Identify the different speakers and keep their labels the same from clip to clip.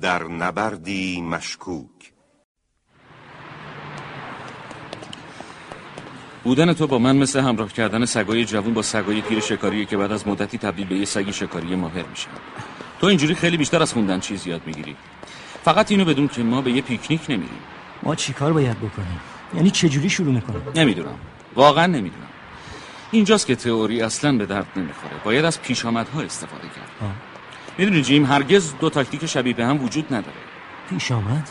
Speaker 1: در نبردی مشکوک
Speaker 2: بودن تو با من مثل همراه کردن سگای جوون با سگای پیر شکاریه که بعد از مدتی تبدیل به یه سگ شکاری ماهر میشن تو اینجوری خیلی بیشتر از خوندن چیز یاد میگیری فقط اینو بدون که ما به یه پیکنیک نمیریم
Speaker 3: ما چیکار باید بکنیم یعنی چجوری شروع میکنیم
Speaker 2: نمیدونم واقعا نمیدونم اینجاست که تئوری اصلا به درد نمیخوره باید از پیشامدها استفاده کرد
Speaker 3: آه.
Speaker 2: میدونی جیم هرگز دو تاکتیک شبیه به هم وجود نداره
Speaker 3: پیش آمد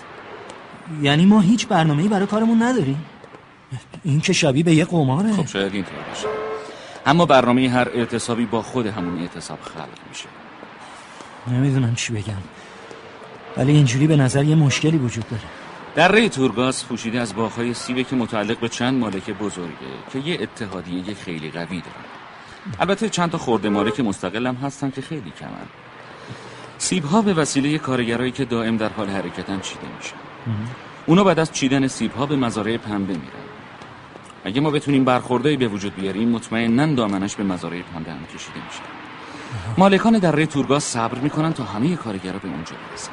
Speaker 3: یعنی ما هیچ برنامه‌ای برای کارمون نداریم این که شبیه به یه قماره
Speaker 2: خب شاید اینطور باشه اما برنامه هر اعتصابی با خود همون اعتصاب خلق میشه
Speaker 3: نمیدونم چی بگم ولی اینجوری به نظر یه مشکلی وجود داره
Speaker 2: دره تورگاس پوشیده از باخهای سیبه که متعلق به چند مالک بزرگه که یه اتحادیه خیلی قوی دارن البته چند تا خورده مالک مستقلم هستن که خیلی کمن سیب ها به وسیله کارگرایی که دائم در حال حرکتن چیده میشن اونا بعد از چیدن سیب ها به مزارع پنبه میرن اگه ما بتونیم برخوردایی به وجود بیاریم مطمئنا دامنش به مزارع پنبه هم کشیده میشه مالکان دره تورگاس صبر میکنن تا همه کارگرا به اونجا برسن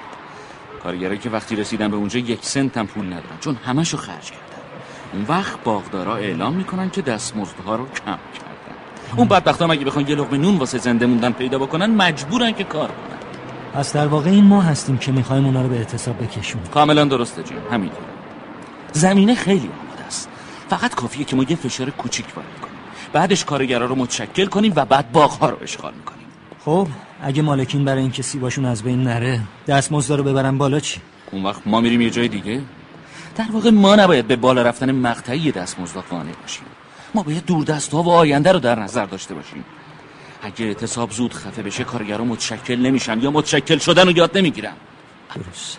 Speaker 2: کارگرایی که وقتی رسیدن به اونجا یک سنت هم پول ندارن چون همشو خرج کردن اون وقت باغدارا اعلام میکنن که دستمزدها رو کم کردن اون بدبختا هم اگه بخوان یه لقمه نون واسه زنده موندن پیدا بکنن مجبورن که کار کنن
Speaker 3: پس در واقع این ما هستیم که میخوایم اونا رو به اعتصاب بکشونیم
Speaker 2: کاملا درسته جیم همینطور زمینه خیلی آماده است فقط کافیه که ما یه فشار کوچیک وارد کنیم بعدش کارگرا رو متشکل کنیم و بعد باغها رو اشغال میکنیم
Speaker 3: خب اگه مالکین برای اینکه سیباشون از بین نره دستمزد رو ببرن بالا چی
Speaker 2: اون وقت ما میریم یه جای دیگه در واقع ما نباید به بالا رفتن مقطعی دستمزد قانع باشیم ما باید دوردستها و آینده رو در نظر داشته باشیم اگه اعتصاب زود خفه بشه کارگرا متشکل نمیشن یا متشکل شدن رو یاد نمیگیرن
Speaker 3: درست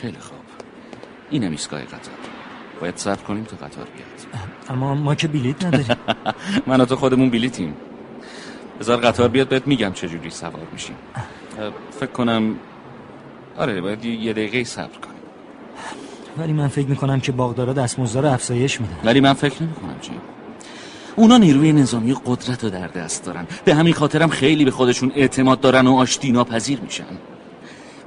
Speaker 2: خیلی خوب اینم ایستگاه قطار باید صبر کنیم تا قطار بیاد
Speaker 3: اما ما که بلیت نداریم
Speaker 2: من و تو خودمون بلیتیم بذار قطار بیاد بهت میگم چجوری سوار میشیم اه، فکر کنم آره باید یه- یه دقیقه صبر کنیم
Speaker 3: ولی من فکر میکنم که باغدارا دستمزد رو افزایش میدن
Speaker 2: ولی من فکر نمیکنم چی اونا نیروی نظامی قدرت رو در دست دارن به همین خاطرم خیلی به خودشون اعتماد دارن و آشتی ناپذیر میشن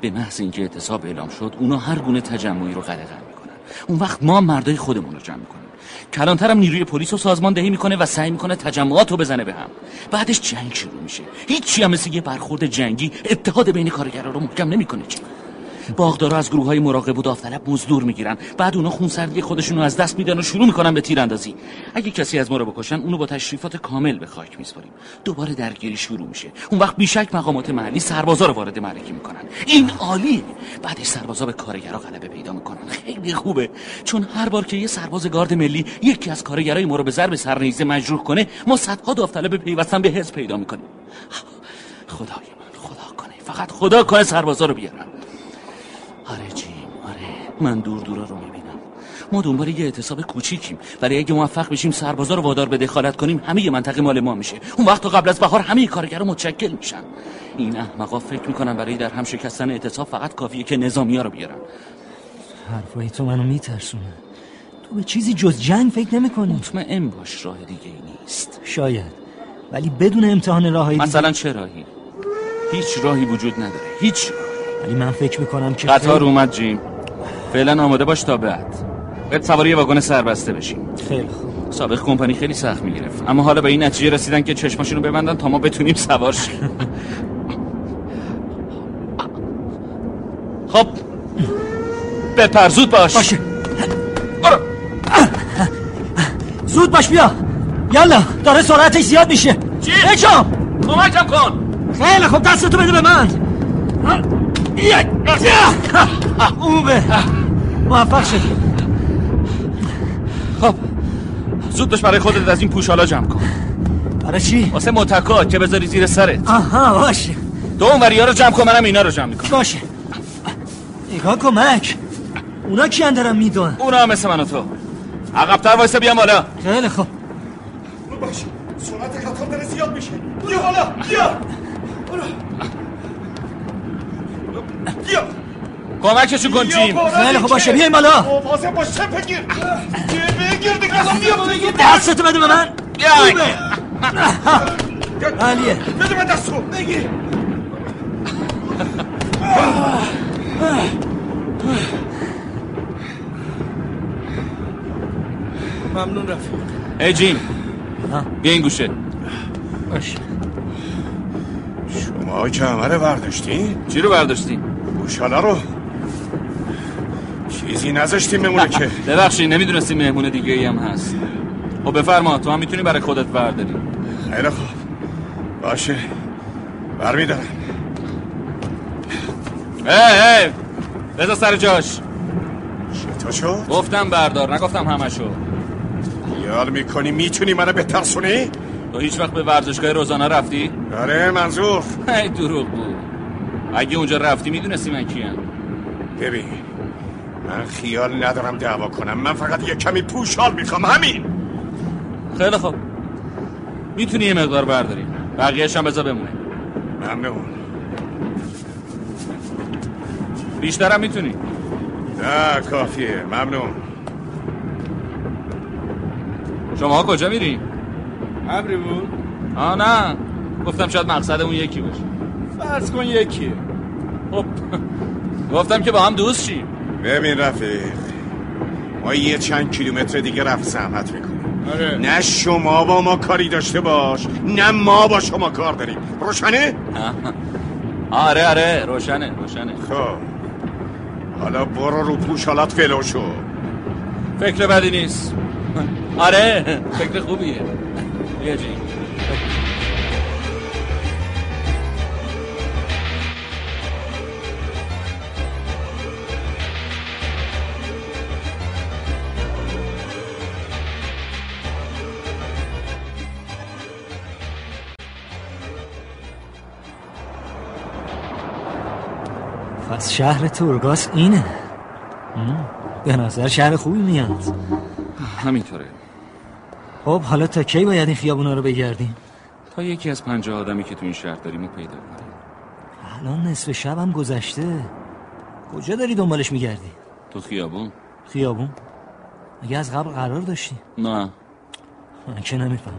Speaker 2: به محض اینکه اعتصاب اعلام شد اونا هر گونه تجمعی رو قدغن میکنن اون وقت ما مردای خودمون رو جمع میکنیم کلانترم نیروی پلیس و سازماندهی میکنه و سعی میکنه تجمعات رو بزنه به هم بعدش جنگ شروع میشه هیچی هم مثل یه برخورد جنگی اتحاد بین کارگرا رو محکم نمیکنه چی باغدارا از گروه های مراقب و داوطلب مزدور میگیرن بعد اونا خونسردی خودشون رو از دست میدن و شروع میکنن به تیراندازی اگه کسی از ما رو بکشن اونو با تشریفات کامل به خاک میسپاریم دوباره درگیری شروع میشه اون وقت بیشک مقامات محلی سربازا رو وارد معرکه میکنن این عالیه بعدش سربازا به کارگرا غلبه پیدا میکنن خیلی خوبه چون هر بار که یه سرباز گارد ملی یکی از کارگرای ما رو به ضرب سرنیزه مجروح کنه ما صدها داوطلب پیوستن به حزب پیدا میکنیم خدای من خدا کنه فقط خدا کنه سربازا رو بیارن آره جیم آره من دور دورا رو میبینم ما دنبال یه اعتصاب کوچیکیم ولی اگه موفق بشیم سربازا رو وادار به دخالت کنیم همه یه منطقه مال ما میشه اون وقت تا قبل از بهار همه کارگرا متشکل میشن این احمقا فکر میکنن برای در هم شکستن اعتصاب فقط کافیه که نظامیا رو بیارن
Speaker 3: حرفای تو منو میترسونه تو به چیزی جز جنگ فکر نمیکنی
Speaker 2: مطمئن باش راه دیگه ای نیست
Speaker 3: شاید ولی بدون امتحان راههای دیگه-
Speaker 2: مثلا چه راهی هیچ راهی وجود نداره هیچ راه.
Speaker 3: ولی من فکر میکنم که
Speaker 2: قطار اومد جیم فعلا آماده باش تا بعد باید سوار یه واگن سربسته بشیم
Speaker 3: خیلی- خیلی خوب
Speaker 2: سابق کمپانی خیلی سخت میگرفت اما حالا به این نتیجه رسیدن که چشماشونو ببندن تا ما بتونیم سوار شیم خب بپر زود باش
Speaker 3: باشه زود باش بیا یالا داره سرعتش زیاد میشه چی؟
Speaker 2: کمکم کن
Speaker 3: خیلی خب دستتو بده به من یک اون به موفق شدی
Speaker 2: خب زود باش برای خودت از این پوشالا جمع کن
Speaker 3: برای چی؟
Speaker 2: واسه متکا که بذاری زیر سرت
Speaker 3: آها باشه
Speaker 2: تو اون وریا رو جمع کن منم اینا رو جمع میکنم
Speaker 3: باشه نگاه کمک اونا کیان دارن میدون
Speaker 2: اونا هم مثل من و تو عقبتر وایسه بیام بالا
Speaker 3: خیلی خب
Speaker 4: باش سرعت قطار داره زیاد میشه بیا حالا بیا برو. بیا
Speaker 2: کمکشون کن
Speaker 4: بیا
Speaker 2: جیم
Speaker 4: بالا
Speaker 3: خیلی خب
Speaker 4: دیگه.
Speaker 3: باشه بیاین بالا
Speaker 4: مواظب باش چپ گیر جبه گیر دیگه الان بیا بگیر
Speaker 3: دستتو بده به من
Speaker 2: بیای.
Speaker 3: عالیه
Speaker 4: بده من دست رو بگیر
Speaker 5: ممنون رفیق
Speaker 2: ای جیم بیا این گوشه
Speaker 5: باشه
Speaker 4: شما کمره برداشتی؟
Speaker 2: چی رو برداشتی؟
Speaker 4: گوشاله رو چیزی نذاشتی بمونه که
Speaker 2: ببخشید نمیدونستیم مهمون دیگه ای هم هست خب بفرما تو هم میتونی برای خودت برداری
Speaker 4: خیلی خوب باشه برمیدارم
Speaker 2: ای ای بذار سر جاش
Speaker 4: چطور شد؟
Speaker 2: گفتم بردار نگفتم همشو
Speaker 4: یار میکنی میتونی منو بترسونی؟
Speaker 2: تو هیچ وقت به ورزشگاه روزانه رفتی؟
Speaker 4: آره منظور
Speaker 2: ای دروغ بود اگه اونجا رفتی میدونستی من کیم
Speaker 4: ببین من خیال ندارم دعوا کنم من فقط یه کمی پوشال میخوام همین
Speaker 2: خیلی خوب میتونی یه مقدار برداری بقیهش هم بذار بمونه
Speaker 4: ممنون
Speaker 2: بیشترم میتونی
Speaker 4: نه کافیه ممنون
Speaker 2: شما کجا میری؟
Speaker 5: ابری بود
Speaker 2: آه نه گفتم شاید مقصد اون یکی باشه
Speaker 5: فرض کن یکیه
Speaker 2: خب گفتم که با هم دوست شیم
Speaker 4: ببین رفیق ما یه چند کیلومتر دیگه رفت زحمت میکنیم
Speaker 5: آره
Speaker 4: نه شما با ما کاری داشته باش نه ما با شما کار داریم روشنه؟
Speaker 2: آره آره روشنه روشنه
Speaker 4: خب حالا برو رو پوشالات ولو شو
Speaker 2: فکر بدی نیست آره فکر خوبیه بیا جی
Speaker 3: پس شهر تورگاس اینه هم، به نظر شهر خوبی میاد
Speaker 2: همینطوره
Speaker 3: خب حالا تا کی باید این خیابونا رو بگردیم
Speaker 2: تا یکی از پنجاه آدمی که تو این شهر داریم رو پیدا کنیم
Speaker 3: الان نصف شب هم گذشته کجا داری دنبالش میگردی
Speaker 2: تو خیابون
Speaker 3: خیابون مگه از قبل قرار داشتی
Speaker 2: نه
Speaker 3: من که نمیفهمم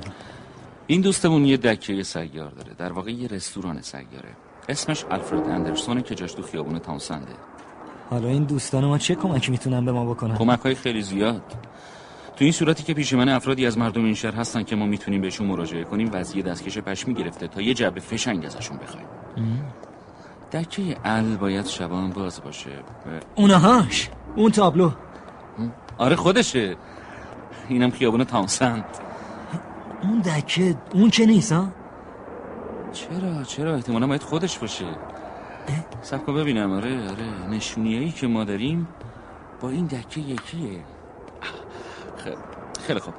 Speaker 2: این دوستمون یه دکه سیار داره در واقع یه رستوران سیاره اسمش الفرد اندرسونه که جاش تو خیابون تاونسنده
Speaker 3: حالا این دوستان ما چه کمکی میتونن به ما بکنن خب،
Speaker 2: کمک های خیلی زیاد تو این صورتی که پیش من افرادی از مردم این شهر هستن که ما میتونیم بهشون مراجعه کنیم وضعیت دستکش پشمی گرفته تا یه جعبه فشنگ ازشون بخوایم دکه ال باید شبان باز باشه
Speaker 3: اونهاش اون تابلو
Speaker 2: آره خودشه اینم خیابون تاونسند
Speaker 3: اون دکه اون که نیست ها
Speaker 2: چرا چرا احتمالا باید خودش باشه سب کن ببینم آره آره نشونیایی که ما داریم با این دکه یکیه خیلی, خیلی خوب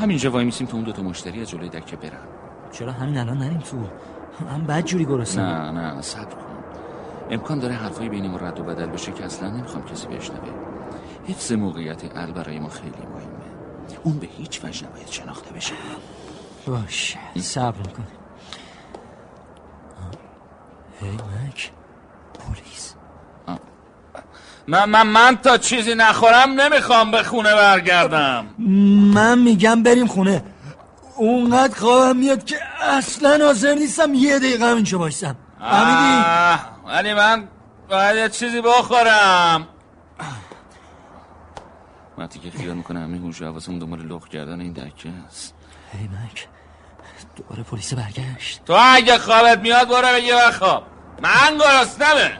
Speaker 2: همینجا وای میسیم تا اون دوتا مشتری از جلوی دکه برن
Speaker 3: چرا همین الان نریم تو هم بد جوری گرسنه
Speaker 2: نه نه صبر کن امکان داره حرفای بین ما رد و بدل بشه که اصلا نمیخوام کسی بشنوه حفظ موقعیت ال برای ما خیلی مهمه اون به هیچ وجه نباید شناخته بشه
Speaker 3: باشه صبر میکنیم هی مک پلیس
Speaker 2: من من من تا چیزی نخورم نمیخوام به خونه برگردم
Speaker 3: من میگم بریم خونه اونقدر خوابم میاد که اصلا حاضر نیستم یه دقیقه همینجا باشم فهمیدی؟
Speaker 2: ولی من باید یه چیزی بخورم وقتی که خیال میکنه همه هوش و حواسمون دنبال لخ کردن این دکه است
Speaker 3: هی مک دوباره پلیس برگشت
Speaker 2: تو اگه خوابت میاد برو بگی بخواب من گرسنمه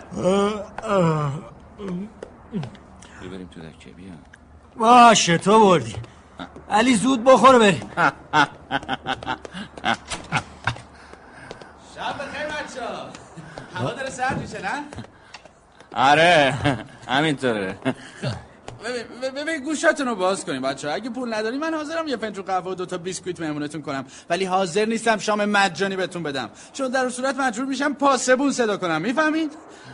Speaker 2: بیا بریم تو دکه بیا
Speaker 3: باشه تو بردی علی زود بخور بریم
Speaker 5: شب بخیر بچه‌ها هوا داره سرد میشه نه
Speaker 2: آره همینطوره
Speaker 5: ببین- ببین گوشاتون رو باز کنین بچه اگه پول نداری من حاضرم یه فنجون قهوه و دوتا بیسکویت مهمونتون کنم ولی حاضر نیستم شام مجانی بهتون بدم چون در اون صورت مجبور میشم پاسبون صدا کنم میفهمین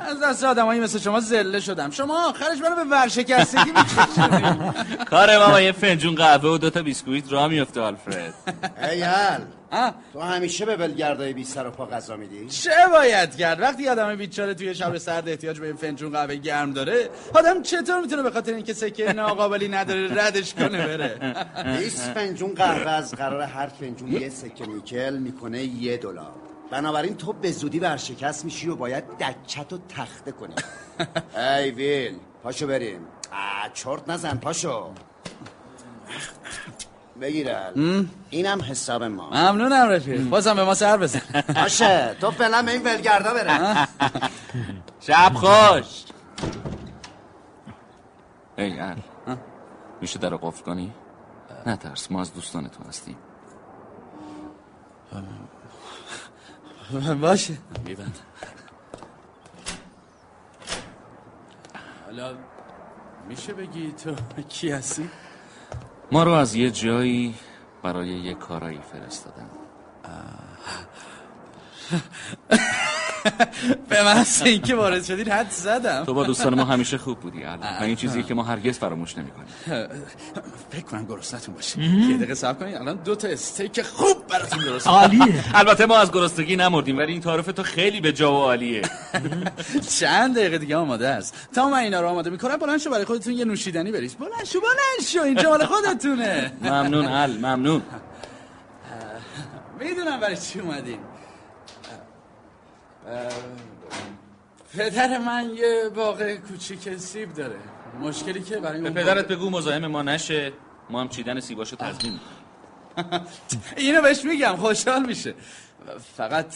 Speaker 5: از دست آدمایی مثل شما ذله شدم شما آخرش منو به ورشکستگی میکشید
Speaker 2: کار ما با یه فنجون قهوه و دوتا بیسکویت را میفته آلفرد
Speaker 6: ای هل تو همیشه به بلگردای بی سر و پا غذا میدی
Speaker 5: چه باید کرد وقتی آدم بیچاره توی شب سرد احتیاج به این فنجون قهوه گرم داره آدم چطور میتونه به خاطر اینکه سکه ناقابلی نداره ردش کنه بره
Speaker 6: 20 فنجون قهوه از قرار هر فنجون یه سکه نیکل میکنه یه دلار بنابراین تو به زودی برشکست میشی و باید دکت و تخته کنی ای ویل پاشو بریم آه چرت نزن پاشو بگیرن اینم حساب ما
Speaker 5: ممنونم رفیق بازم به ما سر بزن
Speaker 6: باشه تو فعلا به این ولگردا بره
Speaker 2: شب خوش ای ال میشه در قفل کنی؟ نه ترس ما از دوستان تو هستیم
Speaker 5: باشه
Speaker 2: میبند
Speaker 5: حالا میشه بگی تو کی هستی؟
Speaker 2: ما رو از یه جایی برای یه کارایی فرستادن
Speaker 5: به من اینکه وارد شدید حد زدم
Speaker 2: تو با دوستان ما همیشه خوب بودی ال و این چیزی که ما هرگز فراموش نمیکنیم
Speaker 5: فکر کنم گرسنتون باشه یه دقیقه صبر کنید الان دو تا استیک خوب براتون درست
Speaker 3: عالیه
Speaker 2: البته ما از گرسنگی نمردیم ولی این تعارف تو خیلی به جا و عالیه
Speaker 5: چند دقیقه دیگه آماده است تا من اینا رو آماده میکنم بلند شو برای خودتون یه نوشیدنی بریز بلند شو بلند شو اینجا مال خودتونه
Speaker 2: ممنون ال ممنون
Speaker 5: میدونم برای چی اومدین اه، پدر من یه باغ کوچیک سیب داره مشکلی که برای
Speaker 2: به
Speaker 5: اون
Speaker 2: پدرت بگو مزاحم ما نشه ما هم چیدن سیباشو تضمین می‌کنیم.
Speaker 5: اینو بهش میگم خوشحال میشه فقط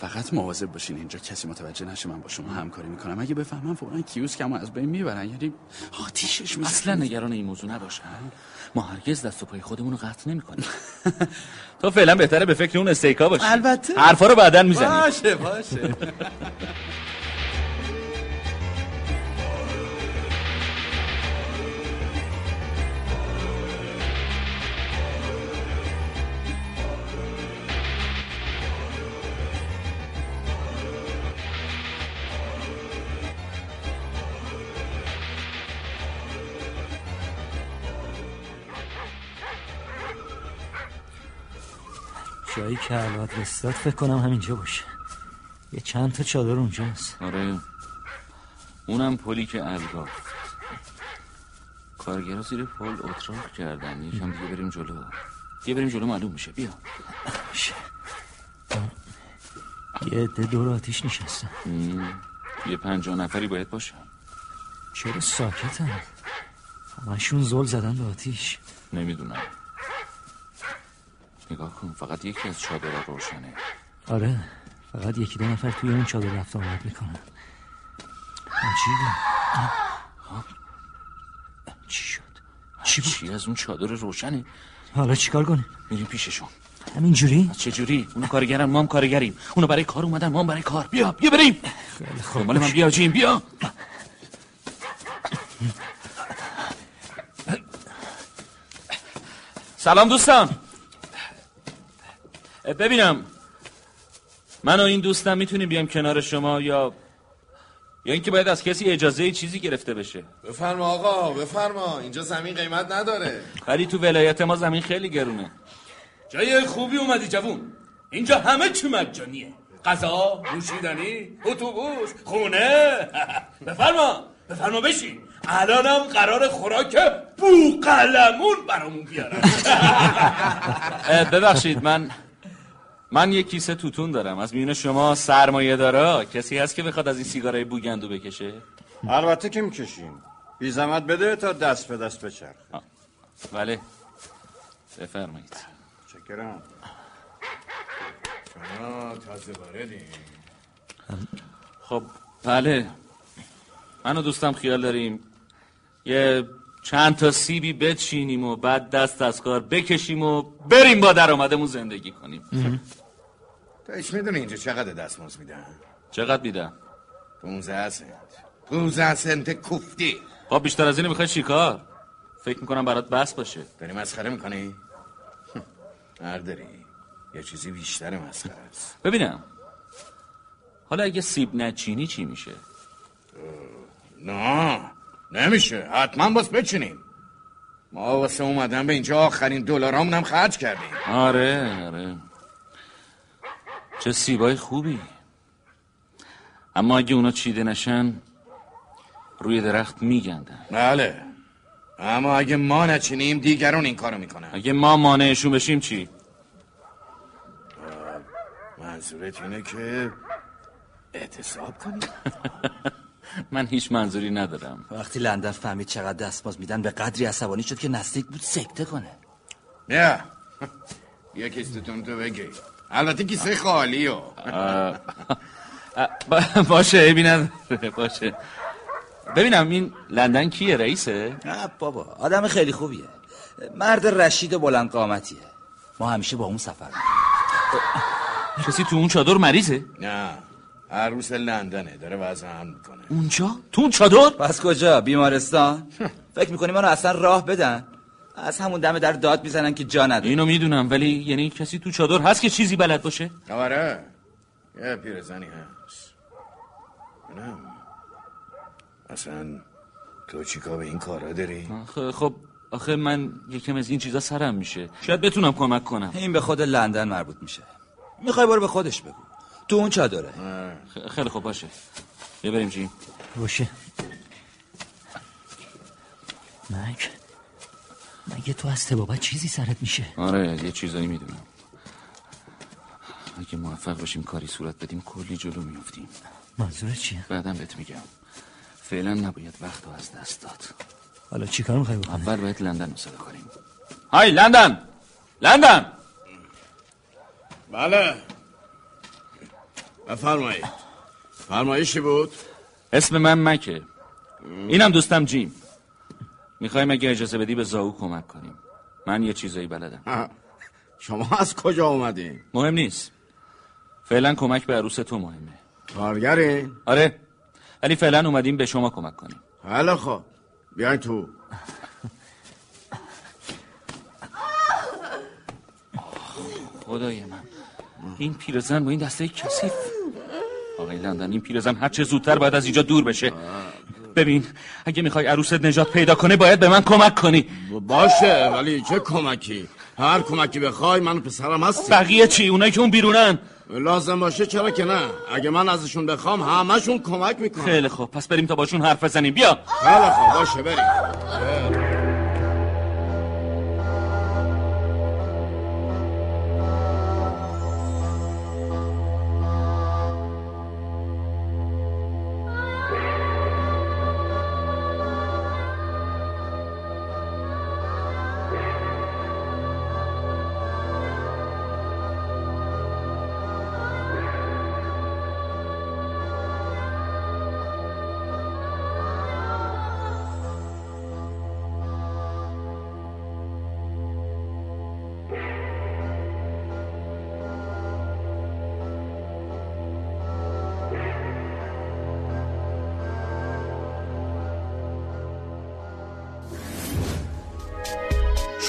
Speaker 5: فقط مواظب باشین اینجا کسی متوجه نشه من با شما همکاری میکنم اگه بفهمم فورا کیوسکمو از بین میبرن یعنی آتیشش می‌زنه.
Speaker 2: اصلا نگران این موضوع نباشن ما هرگز دست و پای خودمون رو قطع نمیکنیم تو فعلا بهتره به فکر اون استیکا باشی
Speaker 5: البته.
Speaker 2: حرفا رو بعدا میزنیم
Speaker 5: باشه باشه
Speaker 3: جایی که الواد رستاد فکر کنم همینجا باشه یه چند تا چادر اونجاست
Speaker 2: آره اونم پلی که الگا کارگرا زیر پل اتراق کردن یکم دیگه بریم جلو دیگه بریم جلو معلوم میشه بیا
Speaker 3: باشه یه عده دور آتیش نشستن
Speaker 2: یه پنجاه نفری باید باشه
Speaker 3: چرا ساکتن همشون زل زدن به آتیش
Speaker 2: نمیدونم نگاه کن فقط یکی از چادرها روشنه
Speaker 3: آره فقط یکی دو نفر توی اون چادر رفت آمد میکنن عجیبه آه. چی شد چی بود
Speaker 2: چی از اون چادر روشنه
Speaker 3: حالا چیکار کنیم
Speaker 2: میریم پیششون
Speaker 3: همینجوری
Speaker 2: چجوری اون کارگرن ما هم کارگریم اونو برای کار اومدن ما هم برای کار بیا بیا بریم دنبال من بیا جیم بیا سلام دوستان ببینم من و این دوستم میتونیم بیام کنار شما یا یا اینکه باید از کسی اجازه چیزی گرفته بشه
Speaker 7: بفرما آقا بفرما اینجا زمین قیمت نداره
Speaker 2: ولی تو ولایت ما زمین خیلی گرونه
Speaker 8: جای خوبی اومدی جوون اینجا همه چی مجانیه غذا نوشیدنی اتوبوس خونه بفرما بفرما بشین الانم قرار خوراک بو قلمون برامون بیارم
Speaker 2: اه، ببخشید من من یه کیسه توتون دارم از میون شما سرمایه دارا کسی هست که بخواد از این سیگارای بوگندو بکشه
Speaker 9: البته که میکشیم بی زحمت بده تا دست به دست بچرخ
Speaker 2: بله بفرمایید
Speaker 9: چکرم
Speaker 7: شما تازه واردین
Speaker 2: خب بله من و دوستم خیال داریم یه چند تا سیبی بچینیم و بعد دست از کار بکشیم و بریم با درآمدمون زندگی کنیم
Speaker 7: تو هیچ میدونی اینجا چقدر دستمزد میدن
Speaker 2: چقدر میدم
Speaker 7: 15 سنت 15 سنت کوفتی
Speaker 2: خب بیشتر از این میخوای چیکار فکر میکنم برات بس باشه
Speaker 7: داری مسخره میکنی داری یه چیزی بیشتر مسخره است
Speaker 2: ببینم حالا اگه سیب نچینی چی میشه
Speaker 7: نه نمیشه حتما باز بچینیم ما واسه اومدن به اینجا آخرین دلارامون هم خرج کردیم
Speaker 2: آره آره چه سیبای خوبی اما اگه اونا چیده نشن روی درخت میگندن
Speaker 7: بله اما اگه ما نچینیم دیگرون این کارو میکنن
Speaker 2: اگه ما مانعشون بشیم چی؟
Speaker 7: منظورت اینه که اعتصاب کنیم
Speaker 2: من هیچ منظوری ندارم
Speaker 3: وقتی لندن فهمید چقدر دستماز میدن به قدری عصبانی شد که نزدیک بود سکته کنه
Speaker 7: بیا بیا کیستتون تو بگی البته کیسه خالی و
Speaker 2: ب- باشه عیبی نداره باشه ببینم این لندن کیه رئیسه
Speaker 3: نه بابا آدم خیلی خوبیه مرد رشید و بلند قامتیه ما همیشه با اون سفر می‌کنیم.
Speaker 2: کسی تو اون چادر مریضه
Speaker 7: نه عروس لندنه داره وضع هم میکنه
Speaker 2: اونجا تو اون چادر
Speaker 3: پس کجا بیمارستان فکر میکنی منو اصلا راه بدن از همون دم در داد میزنن که جا نداره
Speaker 2: اینو میدونم ولی یعنی کسی تو چادر هست که چیزی بلد باشه
Speaker 7: آره یه پیرزنی هست نه اصلا تو چیکار به این کارا داری؟
Speaker 2: آخه خب آخه من یکم از این چیزا سرم میشه شاید بتونم کمک کنم
Speaker 3: این به خود لندن مربوط میشه میخوای برو به خودش بگو تو اون چادره
Speaker 2: خ- خیلی خوب باشه بیا بریم جیم
Speaker 3: باشه مک مگه تو از تبابت چیزی سرت میشه
Speaker 2: آره یه چیزایی میدونم اگه موفق باشیم کاری صورت بدیم کلی جلو میفتیم
Speaker 3: منظورت چیه
Speaker 2: بعدم بهت میگم فعلا نباید وقت رو از دست داد
Speaker 3: حالا چیکار میخوای بکنی
Speaker 2: اول باید لندن رو صدا کنیم های لندن لندن
Speaker 7: بله بفرمایید فرمایشی بود؟
Speaker 2: اسم من مکه اینم دوستم جیم میخوایم اگه اجازه بدی به زاو کمک کنیم من یه چیزایی بلدم
Speaker 7: آه. شما از کجا اومدین؟
Speaker 2: مهم نیست فعلا کمک به عروس تو مهمه
Speaker 7: کارگری؟
Speaker 2: آره ولی فعلا اومدیم به شما کمک کنیم
Speaker 7: حالا خب بیاین تو
Speaker 2: خدای من این پیرزن با این دسته کثیف آقای لندن این پیرزن هر چه زودتر باید از اینجا دور بشه ببین اگه میخوای عروست نجات پیدا کنه باید به من کمک کنی
Speaker 7: باشه ولی چه کمکی هر کمکی بخوای من و پسرم هستی
Speaker 2: بقیه چی اونایی که اون بیرونن
Speaker 7: لازم باشه چرا که نه اگه من ازشون بخوام همشون کمک میکنم
Speaker 2: خیلی خوب پس بریم تا باشون حرف بزنیم بیا
Speaker 7: حالا خب باشه بریم